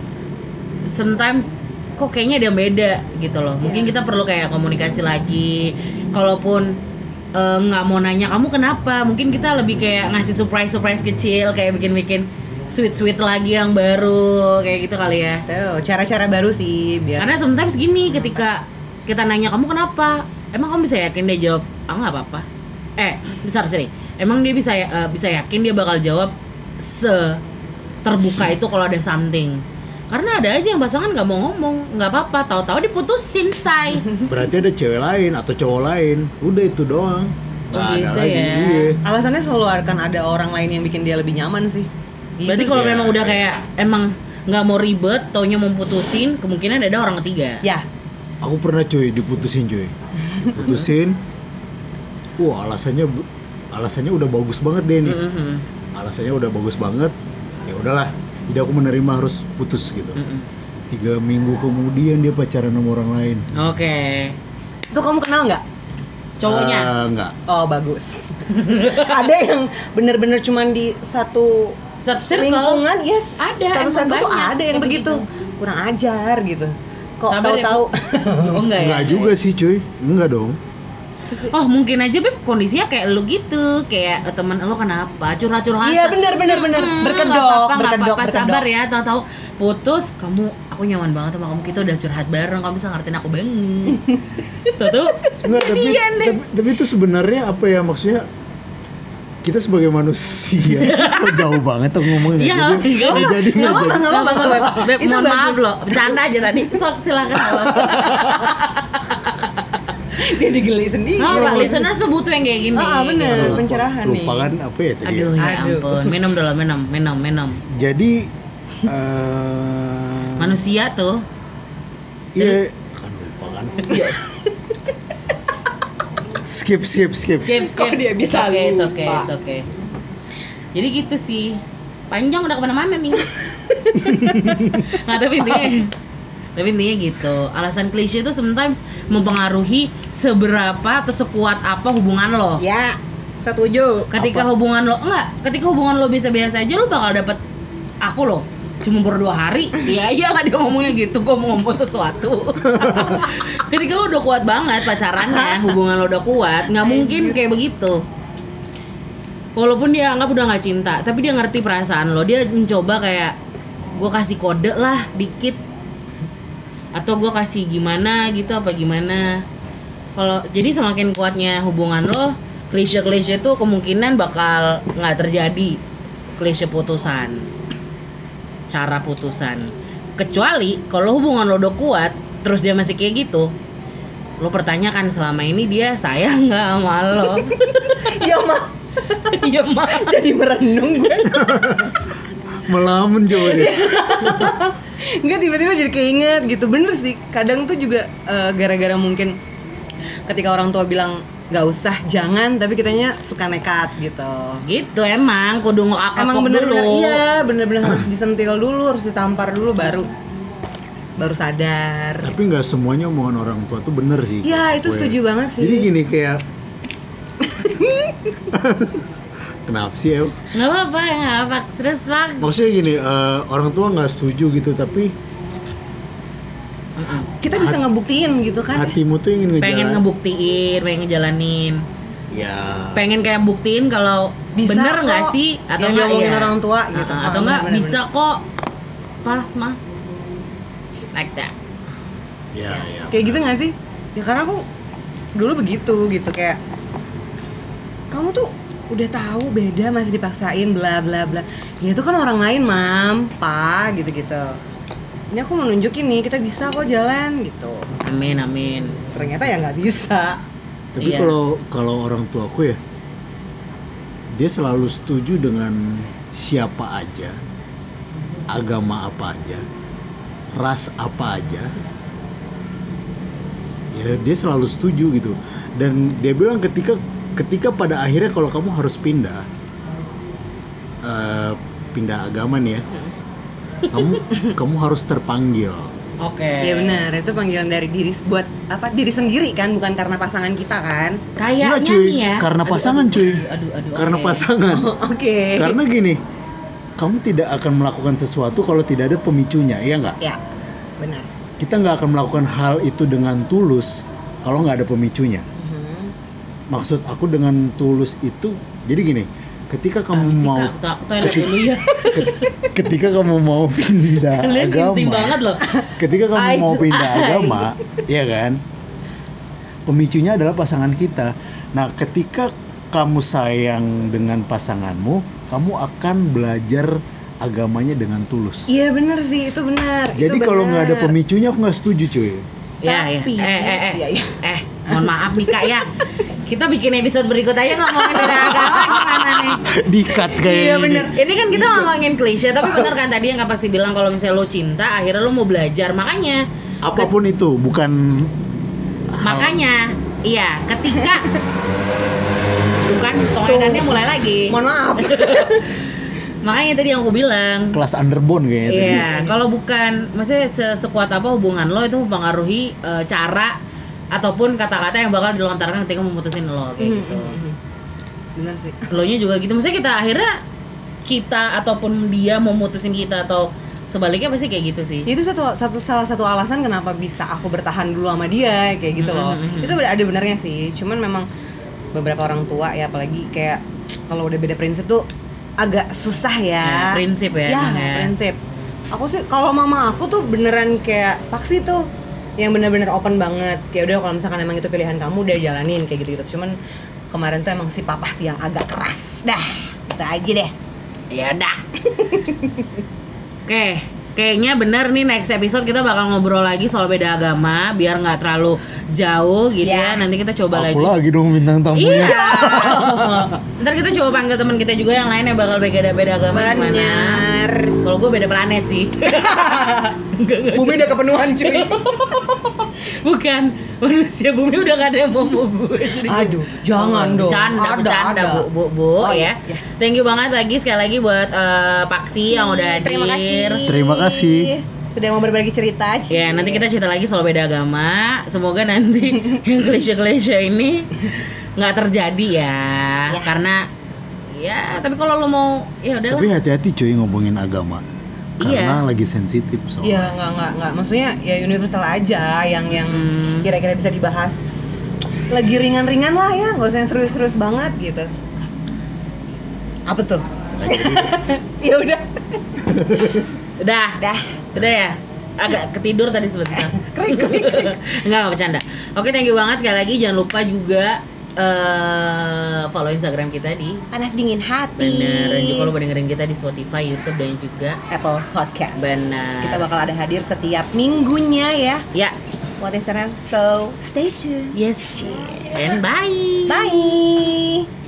Speaker 2: sometimes kok kayaknya ada yang beda gitu loh mungkin kita perlu kayak komunikasi lagi kalaupun eh, nggak mau nanya kamu kenapa mungkin kita lebih kayak ngasih surprise surprise kecil kayak bikin-bikin sweet sweet lagi yang baru kayak gitu kali ya
Speaker 1: Tuh, cara-cara baru sih biar
Speaker 2: Karena sometimes gini ketika kita nanya kamu kenapa, emang kamu bisa yakin dia jawab, ah nggak apa-apa. Eh, besar sini. Emang dia bisa ya- eh, bisa yakin dia bakal jawab se terbuka itu kalau ada something. Karena ada aja yang pasangan nggak mau ngomong, nggak apa-apa. Tahu-tahu diputusin say.
Speaker 3: Berarti ada cewek lain atau cowok lain. Udah itu doang.
Speaker 2: Oh, gitu
Speaker 3: Nggak ada lagi.
Speaker 2: ya.
Speaker 3: Iya.
Speaker 1: alasannya selalu akan ada orang lain yang bikin dia lebih nyaman sih. Gitu
Speaker 2: Berarti
Speaker 1: sih.
Speaker 2: kalau
Speaker 3: sih.
Speaker 2: memang udah kayak emang nggak mau ribet, taunya mau putusin, kemungkinan ada orang ketiga.
Speaker 1: ya
Speaker 3: Aku pernah cuy diputusin cuy. Putusin. Wah alasannya bu- alasannya udah bagus banget deh nih.
Speaker 2: Mhm.
Speaker 3: Alasannya udah bagus banget. Ya udahlah. Jadi aku menerima harus putus gitu. Tiga minggu kemudian dia pacaran sama orang lain.
Speaker 2: Oke.
Speaker 1: Itu kamu kenal nggak?
Speaker 2: Cowoknya.
Speaker 3: Eh, enggak.
Speaker 1: Oh bagus. ada yang bener-bener cuman di satu
Speaker 2: Satu circle.
Speaker 1: lingkungan, yes. satu
Speaker 2: Ada, emang
Speaker 1: circle tuh
Speaker 2: banyak
Speaker 1: ada yang
Speaker 2: yang
Speaker 1: begitu. Kurang ajar gitu. Kok
Speaker 2: Sabar ya,
Speaker 1: tahu-tahu?
Speaker 2: Bu. Oh enggak ya?
Speaker 3: Enggak juga sih cuy. Enggak dong.
Speaker 2: Oh mungkin aja Beb kondisinya kayak lu gitu Kayak eh, temen lu kenapa curhat-curhat
Speaker 1: Iya, bener, bener, bener. Berkedok,
Speaker 2: apa-apa, Hmm, nggak
Speaker 1: berkedok,
Speaker 2: apa-apa,
Speaker 1: berkedok.
Speaker 2: sabar ya Tahu-tahu putus kamu Aku nyaman banget sama kamu Kita udah curhat bareng Kamu bisa ngertiin aku banget Tahu-tahu
Speaker 3: Enggak, tapi,
Speaker 2: jadian deh
Speaker 3: tapi, tapi itu sebenarnya apa ya maksudnya kita sebagai manusia kok jauh banget tuh ngomongnya
Speaker 2: Iya,
Speaker 3: nggak jadi
Speaker 2: nggak apa-apa.
Speaker 3: nggak jadi
Speaker 1: Nggak apa-apa,
Speaker 3: nggak jadi.
Speaker 1: nggak apa-apa. nggak apa-apa.
Speaker 2: Beb
Speaker 1: Itu
Speaker 2: mohon
Speaker 1: bagus. Iya,
Speaker 2: maaf loh Bercanda aja tadi Sok silakan Beb.
Speaker 1: Dia digeli sendiri.
Speaker 2: Oh Pak listener sebutu yang kayak gini
Speaker 1: Ah, bener.
Speaker 2: gitu loh.
Speaker 1: Pencerahan nih.
Speaker 3: lupa kan eh, apa ya tadi ya?
Speaker 2: Aduh ya
Speaker 1: Aduh.
Speaker 2: ampun Minum dulu minum Minum minum
Speaker 3: jadi eh,
Speaker 1: Hmm.
Speaker 2: Manusia tuh
Speaker 3: iya kan lupa kan skip skip skip
Speaker 2: skip skip
Speaker 1: Kok dia bisa
Speaker 2: oke it's okay
Speaker 1: lupa?
Speaker 2: it's okay jadi gitu sih panjang udah kemana-mana nih nggak tapi intinya tapi intinya gitu alasan klise itu sometimes mempengaruhi seberapa atau sekuat apa hubungan lo
Speaker 1: Ya, setuju.
Speaker 2: ketika hubungan lo enggak ketika hubungan lo bisa biasa aja lo bakal dapet aku lo cuma berdua hari ya iyalah dia ngomongnya gitu gue mau ngomong sesuatu ketika lo udah kuat banget pacarannya hubungan lo udah kuat nggak mungkin kayak begitu walaupun dia anggap udah nggak cinta tapi dia ngerti perasaan lo dia mencoba kayak gue kasih kode lah dikit atau gue kasih gimana gitu apa gimana kalau jadi semakin kuatnya hubungan lo klise klise tuh kemungkinan bakal nggak terjadi klise putusan cara putusan kecuali kalau hubungan lo udah kuat terus dia masih kayak gitu lo pertanyakan selama ini dia sayang nggak sama lo
Speaker 1: Iya, mah. Iya, mah. Jadi merenung gue.
Speaker 3: melamun coba dia
Speaker 1: Enggak tiba-tiba jadi keinget gitu Bener sih Kadang tuh juga eh, gara-gara mungkin Ketika orang tua bilang Gak usah, jangan Tapi kitanya suka nekat gitu
Speaker 2: gitu emang kudu ngakak
Speaker 1: Emang bener-bener
Speaker 2: dulu
Speaker 1: iya Bener-bener harus disentil dulu Harus ditampar dulu baru Baru sadar
Speaker 3: tapi nggak semuanya omongan orang tua tuh bener sih
Speaker 1: Ya, itu
Speaker 3: Gue.
Speaker 1: setuju banget sih.
Speaker 3: jadi gini kayak kenapa sih ya
Speaker 2: nggak apa-apa nggak apa serius bang
Speaker 3: maksudnya gini eh, orang tua nggak setuju gitu tapi
Speaker 1: Kita bisa ngebuktiin kan. gitu kan
Speaker 3: hatimu tuh ingin ngejalan
Speaker 2: pengen ngebuktiin pengen ngejalanin
Speaker 3: ya
Speaker 2: pengen kayak buktiin kalau
Speaker 1: Bisa
Speaker 2: bener nggak
Speaker 1: kok.
Speaker 2: sih atau
Speaker 1: Yang
Speaker 2: nggak
Speaker 1: diomongin orang tua gitu.
Speaker 2: Heeh,
Speaker 1: Ah,
Speaker 2: atau nggak
Speaker 1: bener-bener.
Speaker 2: bisa kok mah mah like that
Speaker 3: ya ya
Speaker 1: kayak gitu nggak sih ya karena aku dulu begitu gitu kayak kamu tuh udah tahu beda masih dipaksain bla bla bla ya itu kan orang lain mam pa gitu gitu ini aku mau nunjukin nih kita bisa kok jalan gitu
Speaker 2: amin amin
Speaker 1: ternyata ya nggak bisa
Speaker 3: tapi
Speaker 2: Iya.
Speaker 3: kalau kalau orang tuaku ya dia selalu setuju dengan siapa aja agama apa aja ras apa aja ya dia selalu setuju gitu dan dia bilang ketika ketika pada akhirnya kalau kamu harus pindah eh, pindah agama nih ya kamu kamu harus terpanggil
Speaker 2: oke
Speaker 1: ya benar itu panggilan dari diri buat apa diri sendiri kan bukan karena pasangan kita kan
Speaker 2: kayaknya
Speaker 3: Enggak, cuy.
Speaker 2: nih ya
Speaker 3: Karena
Speaker 2: Aduh,
Speaker 3: pasangan,
Speaker 2: aduh,
Speaker 3: cuy.
Speaker 2: aduh, aduh, aduh,
Speaker 3: karena
Speaker 2: oke. Oh.
Speaker 3: pasangan
Speaker 1: oke
Speaker 3: Karena gini, kamu tidak akan melakukan sesuatu kalau tidak ada pemicunya, ya nggak?
Speaker 1: ya benar
Speaker 3: Kita nggak akan melakukan hal itu dengan tulus kalau nggak ada pemicunya.
Speaker 2: Mm-hmm.
Speaker 3: Maksud aku dengan tulus itu, jadi gini, ketika kamu
Speaker 2: Abis sih,
Speaker 3: mau,
Speaker 2: Kak, aku ke toilet dulu ya
Speaker 3: ketika kamu mau pindah
Speaker 2: kalian intim
Speaker 3: agama,
Speaker 2: banget loh
Speaker 3: ketika kamu
Speaker 2: Eye
Speaker 3: mau
Speaker 2: to
Speaker 3: pindah
Speaker 2: eye.
Speaker 3: agama, ya kan? Pemicunya adalah pasangan kita. Nah, ketika kamu sayang dengan pasanganmu, kamu akan belajar agamanya dengan tulus.
Speaker 1: iya benar sih itu benar Itu
Speaker 3: Jadi kalau nggak ada
Speaker 1: benar.
Speaker 3: pemicunya aku nggak setuju cuy.
Speaker 2: ya ya
Speaker 1: Tapi-
Speaker 2: eh eh eh
Speaker 1: Iya, iya.
Speaker 2: eh mohon maaf nih kak ya kita bikin episode berikut aja ngomongin tentang agama gimana nih
Speaker 3: Dikat kayak
Speaker 1: Iya,
Speaker 3: ini.
Speaker 1: bener.
Speaker 2: Ini kan kita ngomongin klise, tapi bener kan tadi yang Kak pasti bilang kalau misalnya lo cinta, akhirnya lo mau belajar. Makanya,
Speaker 3: Apapun itu bukan
Speaker 2: makanya, iya, ketika tuh kan toiletannya mulai lagi.
Speaker 1: mohon maaf
Speaker 2: Makanya tadi yang aku bilang,
Speaker 3: kelas underbone kayaknya tadi.
Speaker 2: iya, kalau bukan, maksudnya se- sekuat apa hubungan lo itu mempengaruhi eh, cara ataupun kata-kata yang bakal dilontarkan ketika memutusin lo kayak gitu.
Speaker 1: benar sih
Speaker 2: lo nya juga gitu maksudnya kita akhirnya kita ataupun dia mau mutusin kita atau sebaliknya pasti kayak gitu sih
Speaker 1: itu satu, satu salah satu alasan kenapa bisa aku bertahan dulu sama dia kayak gitu loh
Speaker 2: Mm-hmm,
Speaker 1: itu ada ada benernya sih cuman memang beberapa orang tua ya apalagi kayak kalau udah beda prinsip tuh agak susah ya
Speaker 2: Ya, prinsip
Speaker 1: ya,
Speaker 2: ya, emang ya.
Speaker 1: prinsip aku sih kalau mama aku tuh beneran kayak paksi tuh yang bener-bener open banget kayak udah kalau misalkan emang itu pilihan kamu udah jalanin kayak gitu gitu cuman kemarin tuh emang si papa sih yang agak keras dah kita aja deh
Speaker 2: ya dah oke kayaknya bener nih next episode kita bakal ngobrol lagi soal beda agama biar nggak terlalu jauh gitu
Speaker 1: Ya.
Speaker 2: ya nanti kita coba
Speaker 3: Aku
Speaker 2: lagi
Speaker 3: lagi dong bintang tamunya.
Speaker 2: iya ntar kita coba panggil teman kita juga yang lain yang bakal beda beda agama gimana
Speaker 1: bener
Speaker 2: kalau gue beda planet sih Enggak, enggak.
Speaker 1: bumi udah kepenuhan cuy
Speaker 2: bukan manusia bumi udah gak ada yang mau mau gue jadi
Speaker 1: Aduh, jangan dong.
Speaker 2: Bercanda,
Speaker 1: Ada,
Speaker 2: bercanda,
Speaker 1: ada.
Speaker 2: Bu, Bu, Bu,
Speaker 1: Oh,
Speaker 2: ya.
Speaker 1: iya.
Speaker 2: Thank you banget lagi sekali lagi buat eh, Paksi yang udah hadir.
Speaker 1: Terima kasih.
Speaker 3: Terima kasih.
Speaker 1: Sudah mau berbagi cerita. Ci.
Speaker 2: Ya, nanti kita cerita lagi soal beda agama. Semoga nanti yang klise-klise ini nggak terjadi ya.
Speaker 1: Ya.
Speaker 2: Karena ya, tapi kalau lo mau ya
Speaker 3: Tapi
Speaker 2: udahlah.
Speaker 3: hati-hati cuy ngomongin agama. Karena lagi sensitif soalnya.
Speaker 1: Ya nggak nggak nggak. Maksudnya ya universal aja yang yang
Speaker 2: Hmm.
Speaker 1: kira-kira bisa dibahas. Lagi ringan-ringan lah ya, nggak usah yang serius-serius banget gitu. Apa tuh? ya udah,
Speaker 2: Udah.
Speaker 1: dah.
Speaker 2: Udah ya. Agak ketidur tadi
Speaker 1: Eh,
Speaker 2: sebentar.
Speaker 1: Krik, krik, krik.
Speaker 2: Enggak, enggak bercanda. Oke, thank you banget sekali lagi. Jangan lupa juga eh follow Instagram kita di
Speaker 1: Panas dingin hati.
Speaker 2: Bener, dan juga lo boleh dengerin kita di Spotify, Youtube, dan juga
Speaker 1: Apple Podcast.
Speaker 2: Benar.
Speaker 1: Kita bakal ada hadir setiap minggunya ya.
Speaker 2: Ya,
Speaker 1: What is that? So stay tuned.
Speaker 2: yes, and bye!
Speaker 1: Bye.